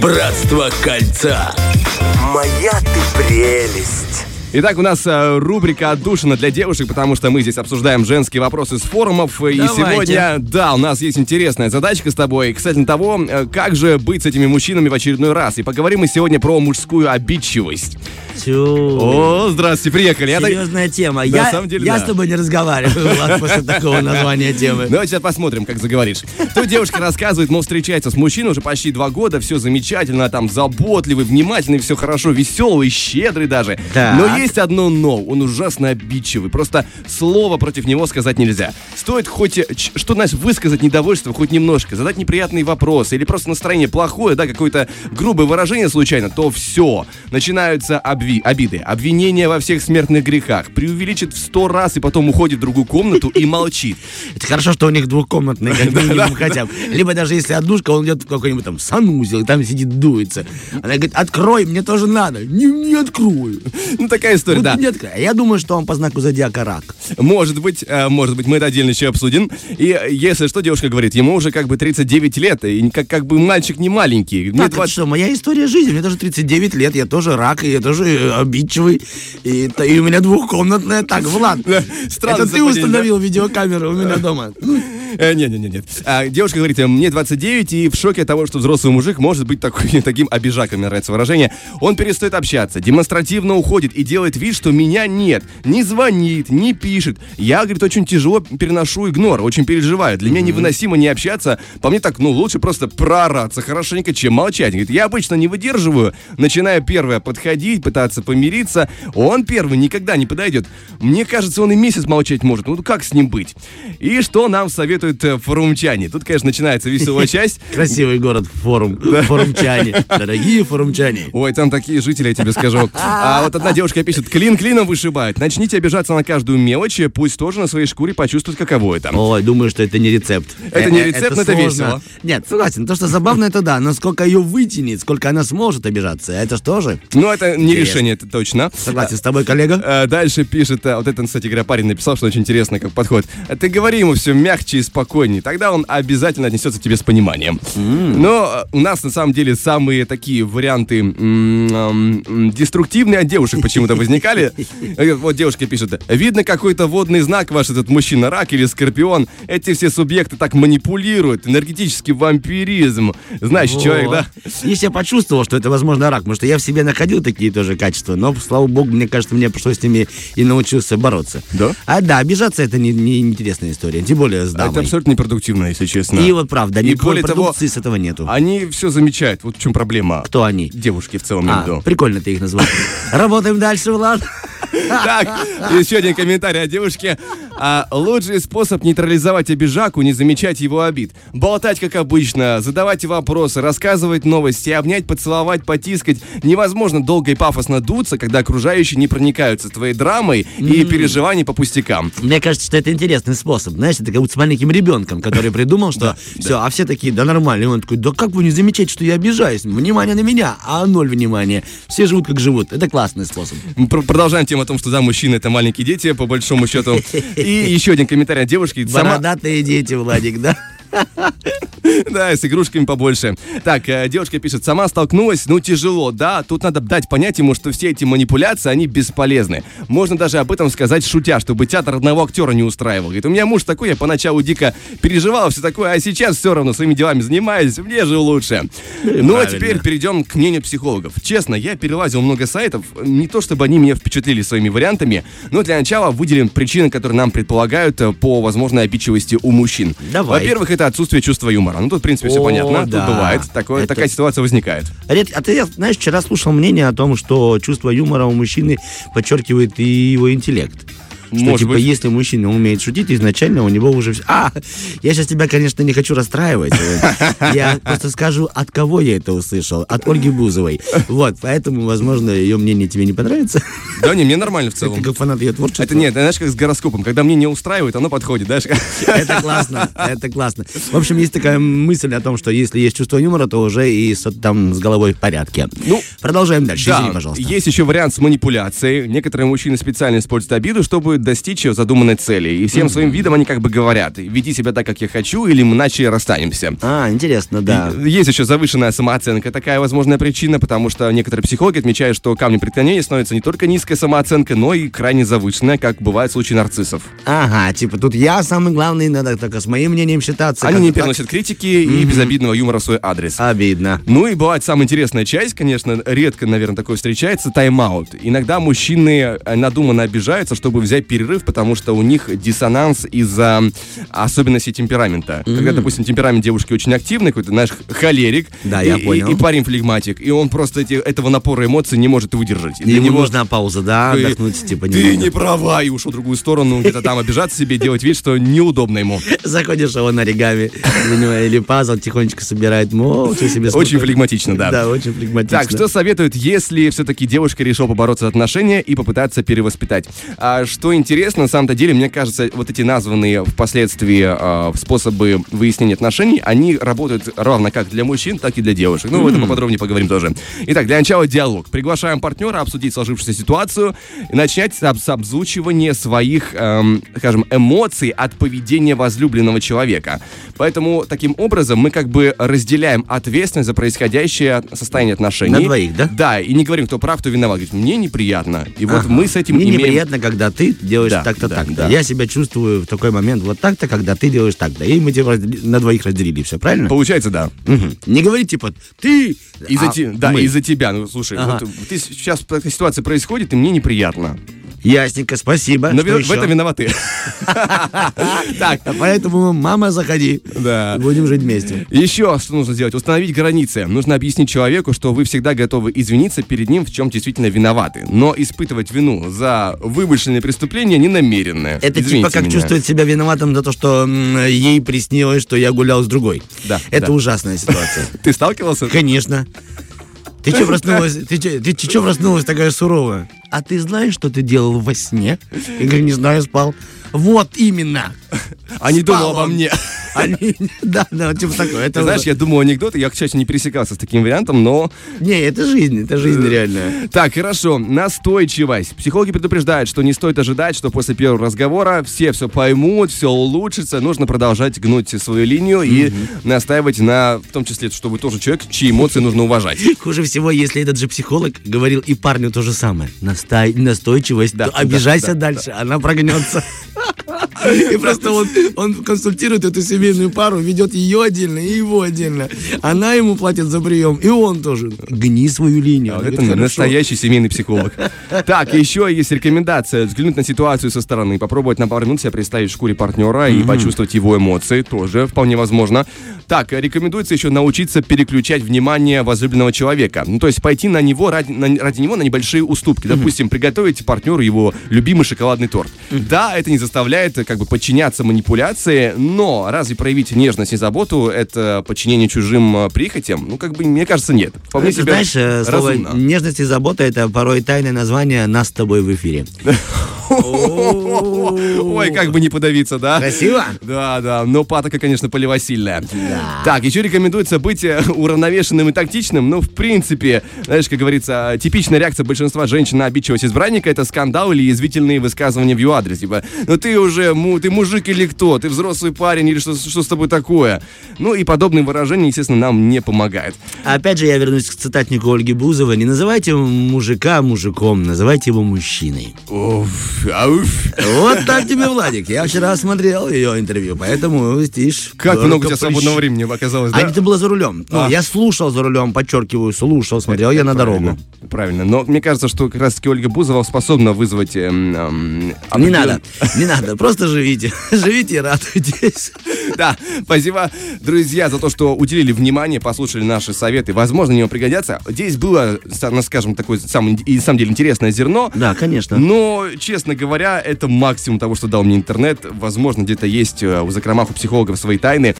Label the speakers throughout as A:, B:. A: Братство кольца.
B: Моя ты прелесть.
C: Итак, у нас э, рубрика «Отдушина для девушек», потому что мы здесь обсуждаем женские вопросы с форумов. И
D: Давайте.
C: сегодня, да, у нас есть интересная задачка с тобой. Кстати, того, э, как же быть с этими мужчинами в очередной раз. И поговорим мы сегодня про мужскую обидчивость.
D: Тю.
C: О, здравствуйте, приехали. Я так-
D: Серьезная тема.
C: На
D: я
C: самом деле,
D: я
C: да.
D: с тобой не разговариваю, Влад, после такого названия темы.
C: Давайте сейчас посмотрим, как заговоришь. Тут девушка рассказывает, мол, встречается с мужчиной уже почти два года, все замечательно, там, заботливый, внимательный, все хорошо, веселый, щедрый даже.
D: Так.
C: Но есть одно но, он ужасно обидчивый, просто слова против него сказать нельзя. Стоит хоть, э, ч- что, знаешь, высказать недовольство хоть немножко, задать неприятный вопрос или просто настроение плохое, да, какое-то грубое выражение случайно, то все. Начинаются обви- обиды, обвинения во всех смертных грехах, преувеличит в сто раз и потом уходит в другую комнату и молчит.
D: Это хорошо, что у них двухкомнатные, как минимум хотя бы. Либо даже если однушка, он идет в какой-нибудь там санузел, и там сидит, дуется. Она говорит, открой, мне тоже надо. Не, не открою.
C: Ну, такая история,
D: Вот
C: да.
D: не открою. А Я думаю, что он по знаку зодиака рак.
C: Может быть, э, может быть, мы это отдельно еще обсудим. И э, если что, девушка говорит, ему уже как бы 39 лет, и как, как бы мальчик не маленький. Мне
D: Так, это
C: 20
D: что, моя история жизни. Мне тоже 39 лет, я тоже рак, и я тоже э, обидчивый. И, то- и у меня двухкомнатная. Так, Влад,
C: Да, странно
D: это ты
C: совпадение, да?
D: установил видеокамеру у меня дома. Ну,
C: Э, Нет, нет, нет, нет. А, Девушка говорит, э, мне 29, и в шоке от того, что взрослый мужик может быть такой, таким обижаком, мне нравится выражение. Он перестает общаться, демонстративно уходит и делает вид, что меня нет. Не звонит, не пишет. Я, говорит, очень тяжело переношу игнор, очень переживаю. Для меня невыносимо не общаться. По мне так, ну, лучше просто проораться хорошенько, чем молчать. Говорит, я обычно не выдерживаю, начинаю первое подходить, пытаться помириться. Он первый никогда не подойдет. Мне кажется, он и месяц молчать может. Ну, как с ним быть? И что нам советуют э, форумчане? Тут, конечно, начинается веселая часть.
D: Красивый город, форум, форумчане. Дорогие форумчане.
C: Ой, там такие жители, я тебе скажу. А вот одна девушка пишет, клин клином вышибает. Начните обижаться на каждую мелочь, и пусть тоже на своей шкуре почувствует, каково это.
D: Ой, думаю, что это не рецепт.
C: Это
D: Э,
C: не
D: э,
C: рецепт, но это
D: сложно.
C: весело.
D: Нет, согласен. То, что забавно, это да. Но сколько ее вытянет, сколько она сможет обижаться, это же тоже.
C: Ну, это не
D: Интересно.
C: решение, это точно.
D: Согласен с тобой, коллега?
C: Э, Дальше пишет, э, вот это, кстати говоря, парень написал, что очень интересно, как подход. Э, Ты говори ему все мягче и спокойнее, тогда он обязательно отнесется к тебе с пониманием. Но э, у нас на самом деле самые такие варианты м, м, м, деструктивные от девушек почему-то возникали. Э, Вот девушка пишет, видно какой-то водный знак ваш этот мужчина, рак или скорпион. Эти все субъекты так манипулируют, энергетический вампиризм. Знаешь, человек, да?
D: Вот. Если я почувствовал, что это, возможно, рак, потому что я в себе находил такие тоже качества, но, слава богу, мне кажется, мне пришлось с ними и научился бороться.
C: Да? А
D: А да, обижаться это не, не интересная история, тем более с
C: Это
D: дамой.
C: абсолютно непродуктивно, если честно.
D: И вот правда,
C: И
D: никакой
C: более того, а
D: продукции с этого нету.
C: Они все замечают. Вот в чем проблема.
D: Кто они?
C: Девушки в целом, я
D: А,
C: имею в виду.
D: прикольно ты их назвал. Работаем дальше, Влад.
C: Так, еще один комментарий от девушки. А, лучший способ нейтрализовать обижаку, не замечать его обид. Болтать, как обычно, задавать вопросы, рассказывать новости, обнять, поцеловать, потискать. Невозможно долго и пафосно дуться, когда окружающие не проникаются твоей драмой и переживаний по пустякам.
D: Мне кажется, что это интересный способ. Знаешь, это как будто с маленьким ребенком, который придумал, что все, а все такие, да нормально. И он такой, да как вы не замечаете, что я обижаюсь? Внимание на меня, а ноль внимания. Все живут как живут. Это классный способ.
C: Мы пр- Продолжаем тему о том, что да, мужчины это маленькие дети, по большому счету. И еще один комментарий от девушки. Сама-
D: Бородатые дети, Владик, да?
C: Да, с игрушками побольше. Так, э, девушка пишет, сама столкнулась, ну тяжело, да, тут надо дать понять ему, что все эти манипуляции, они бесполезны. Можно даже об этом сказать шутя, чтобы театр одного актера не устраивал. Говорит, у меня муж такой, я поначалу дико переживал, все такое, а сейчас все равно своими делами занимаюсь, мне же лучше. Ну а
D: правильно.
C: теперь перейдем к мнению психологов. Честно, я перелазил много сайтов, не то чтобы они меня впечатлили своими вариантами, но для начала выделим причины, которые нам предполагают э, по возможной обидчивости у мужчин.
D: Давай.
C: Во-первых, это отсутствие чувства юмора. Ну тут, в принципе, принципе, все
D: О,
C: понятно.
D: да.
C: Тут бывает. Такое,
D: Это-
C: Такая ситуация возникает.
D: Ред- А ты, я, знаешь, вчера слушал мнение о том, что чувство юмора у мужчины подчеркивает и его интеллект. Что,
C: Может
D: типа,
C: быть.
D: если мужчина умеет шутить, изначально у него уже все... А, я сейчас тебя, конечно, не хочу расстраивать. Вот. Я просто скажу, от кого я это услышал. От Ольги Бузовой. Вот, поэтому, возможно, ее мнение тебе не понравится.
C: Да не, мне нормально в
D: Ты
C: целом.
D: как фанат ее творчества.
C: Это нет, знаешь, как с гороскопом. Когда мне не устраивает, оно подходит, знаешь.
D: Это классно, это классно. В общем, есть такая мысль о том, что если есть чувство юмора, то уже и с- там с головой в порядке.
C: Ну,
D: продолжаем дальше.
C: Да,
D: Извини, пожалуйста.
C: есть еще вариант с манипуляцией. Некоторые мужчины специально используют обиду, чтобы мешают достичь ее задуманной цели. И всем своим видом они как бы говорят, веди себя так, как я хочу, или мы иначе расстанемся.
D: А, интересно, да.
C: И Есть еще завышенная самооценка, такая возможная причина, потому что некоторые психологи отмечают, что камнем преткновения становится не только низкая самооценка, но и крайне завышенная, как бывает в случае нарциссов.
D: Ага, типа тут я самый главный, надо только с моим мнением считаться.
C: Они
D: как-то
C: не
D: так. А
C: переносят критики и безобидного юмора в свой адрес.
D: Обидно.
C: Ну и бывает самая интересная часть, конечно, редко, наверное, такое встречается, тайм-аут. Иногда мужчины э, надуманно обижаются, чтобы взять перерыв, потому что у них диссонанс из-за особенностей темперамента. Когда, допустим, темперамент девушки очень активный, какой-то, знаешь, холерик.
D: Да,
C: и,
D: я
C: и-
D: понял.
C: И, парень флегматик. И он просто эти- этого напора эмоций не может выдержать. И для
D: Ему
C: него
D: нужна пауза, да,
C: ты-
D: отдохнуть, типа,
C: Ты
D: немного.
C: не права, и ушел в другую сторону, где-то там обижаться себе, делать вид, что неудобно ему.
D: Заходишь, а он оригами занимает или пазл тихонечко собирает, молча себе
C: Очень
D: спокойно.
C: флегматично, да.
D: Да, очень флегматично.
C: Так, что советуют, если все-таки девушка решила побороться за отношения и попытаться перевоспитать? А что интересно, на самом-то деле, мне кажется, вот эти названные впоследствии а, способы выяснения отношений, они работают равно как для мужчин, так и для девушек. Ну, об этом поподробнее поговорим тоже. Итак, для начала диалог. Приглашаем партнера обсудить сложившуюся ситуацию и начать с об- с обзучивания своих, эм, скажем, эмоций от поведения возлюбленного человека. Поэтому таким образом мы как бы разделяем ответственность за происходящее состояние отношений.
D: На двоих, да?
C: Да, и не говорим, кто прав, кто виноват. Говорит, мне неприятно. И вот
D: Ага.
C: мы с этим
D: Мне
C: имеем...
D: неприятно, когда ты делаешь
C: Да,
D: так-то,
C: да,
D: так-то.
C: да.
D: Я себя чувствую в такой момент вот так-то, когда ты делаешь так-то. И мы тебя раздели- на двоих разделили, все правильно?
C: Получается, да.
D: Мгм. Не говори, типа, ты...
C: Из-за,
D: а
C: те- да,
D: мы.
C: из-за тебя. Ну, слушай,
D: Ага.
C: вот ты с- сейчас такая ситуация происходит, и мне неприятно.
D: Ясненько, спасибо. А
C: Но
D: Что
C: ви- в
D: еще?
C: этом виноваты. Так,
D: А Поэтому, мама, заходи.
C: Да.
D: Будем жить вместе.
C: Еще что нужно сделать? Установить границы. Нужно объяснить человеку, что вы всегда готовы извиниться перед ним, в чем действительно виноваты. Но испытывать вину за вымышленные преступления не намеренное.
D: Это
C: Извините
D: типа как
C: меня.
D: чувствует себя виноватым за то, что м, ей приснилось, что я гулял с другой.
C: Да,
D: Это
C: да.
D: ужасная ситуация.
C: Ты сталкивался?
D: Конечно. Ты че проснулась? Ты че, ты че проснулась такая суровая? А ты знаешь, что ты делал во сне? Я говорю, не знаю, спал. Вот именно.
C: А не
D: Спал
C: думал обо
D: он.
C: мне.
D: Они- да, да, типа такое. Это
C: Ты знаешь,
D: уже-
C: я думаю анекдоты, я, к счастью, не пересекался с таким вариантом, но... э,
D: Не, это жизнь, это жизнь реальная.
C: Так, хорошо, настойчивость. Психологи предупреждают, что не стоит ожидать, что после первого разговора все все поймут, все улучшится. Нужно продолжать гнуть свою линию и настаивать на, в том числе, что вы тоже человек, чьи эмоции нужно уважать.
D: Хуже всего, если этот же психолог говорил и парню то же самое. Настай, настойчивость,
C: Да,
D: то
C: да,
D: обижайся
C: да,
D: дальше, она прогнется. И просто он, он консультирует эту семейную пару, ведет ее отдельно и его отдельно. Она ему платит за прием, и он тоже. Гни свою линию.
C: А
D: Она
C: вот это
D: говорит, «Хорошо».
C: настоящий семейный психолог. Так, еще есть рекомендация взглянуть на ситуацию со стороны, попробовать на пару минут себя представить в шкуре партнера и почувствовать его эмоции, тоже вполне возможно. Так, рекомендуется еще научиться переключать внимание возлюбленного человека. Ну, то есть пойти на него ради, на- ради него на небольшие уступки. Допустим, приготовить партнеру его любимый шоколадный торт. Да, это не заставляет э, как бы подчиняться манипуляции, но разве проявить нежность и заботу это подчинение чужим э, прихотям? Ну, как бы, мне кажется, нет. Вполне
D: Ты
C: себе
D: знаешь, э, слово
C: разумно.
D: нежность и забота это порой тайное название нас с тобой в эфире.
C: Ой, как бы не подавиться, да?
D: Красиво?
C: Да, да, но патока, конечно, полива сильная. Так, еще рекомендуется быть э, уравновешенным и тактичным, но в принципе, знаешь, как говорится, типичная реакция большинства женщин на обидчивость избранника это скандал или язвительные высказывания в ее адрес. Типа, ну ты уже, му- ты мужик или кто? Ты взрослый парень или что, что с тобой такое? Ну и подобные выражения, естественно, нам не помогают.
D: Опять же, я вернусь к цитатнику Ольги Бузова. Не называйте мужика мужиком, называйте его мужчиной.
C: Уф, ауф.
D: Вот так тебе, Владик. Я вчера смотрел ее интервью, поэтому, видишь...
C: Как
D: дорого
C: много у тебя свободного
D: прищ-
C: времени оказалось,
D: А
C: да?
D: это было за рулем. Ну,
C: А.
D: я слушал за рулем, подчеркиваю, слушал, смотрел я на дорогу.
C: Правильно, Правильно. Но мне кажется, что как раз-таки Ольга Бузова способна вызвать... эм, эм,
D: Не
C: определен-
D: надо, не надо, просто живите. Живите и радуйтесь.
C: Да, спасибо, друзья, за то, что уделили внимание, послушали наши советы. Возможно, они вам пригодятся. Здесь было, са- ну, скажем, такое, самое, и на самом деле, интересное зерно.
D: Да, конечно.
C: Но, честно говоря, это максимум того, что дал мне интернет. Возможно, где-то есть э, в закромах у психологов свои тайны.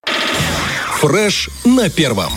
A: Фреш на первом.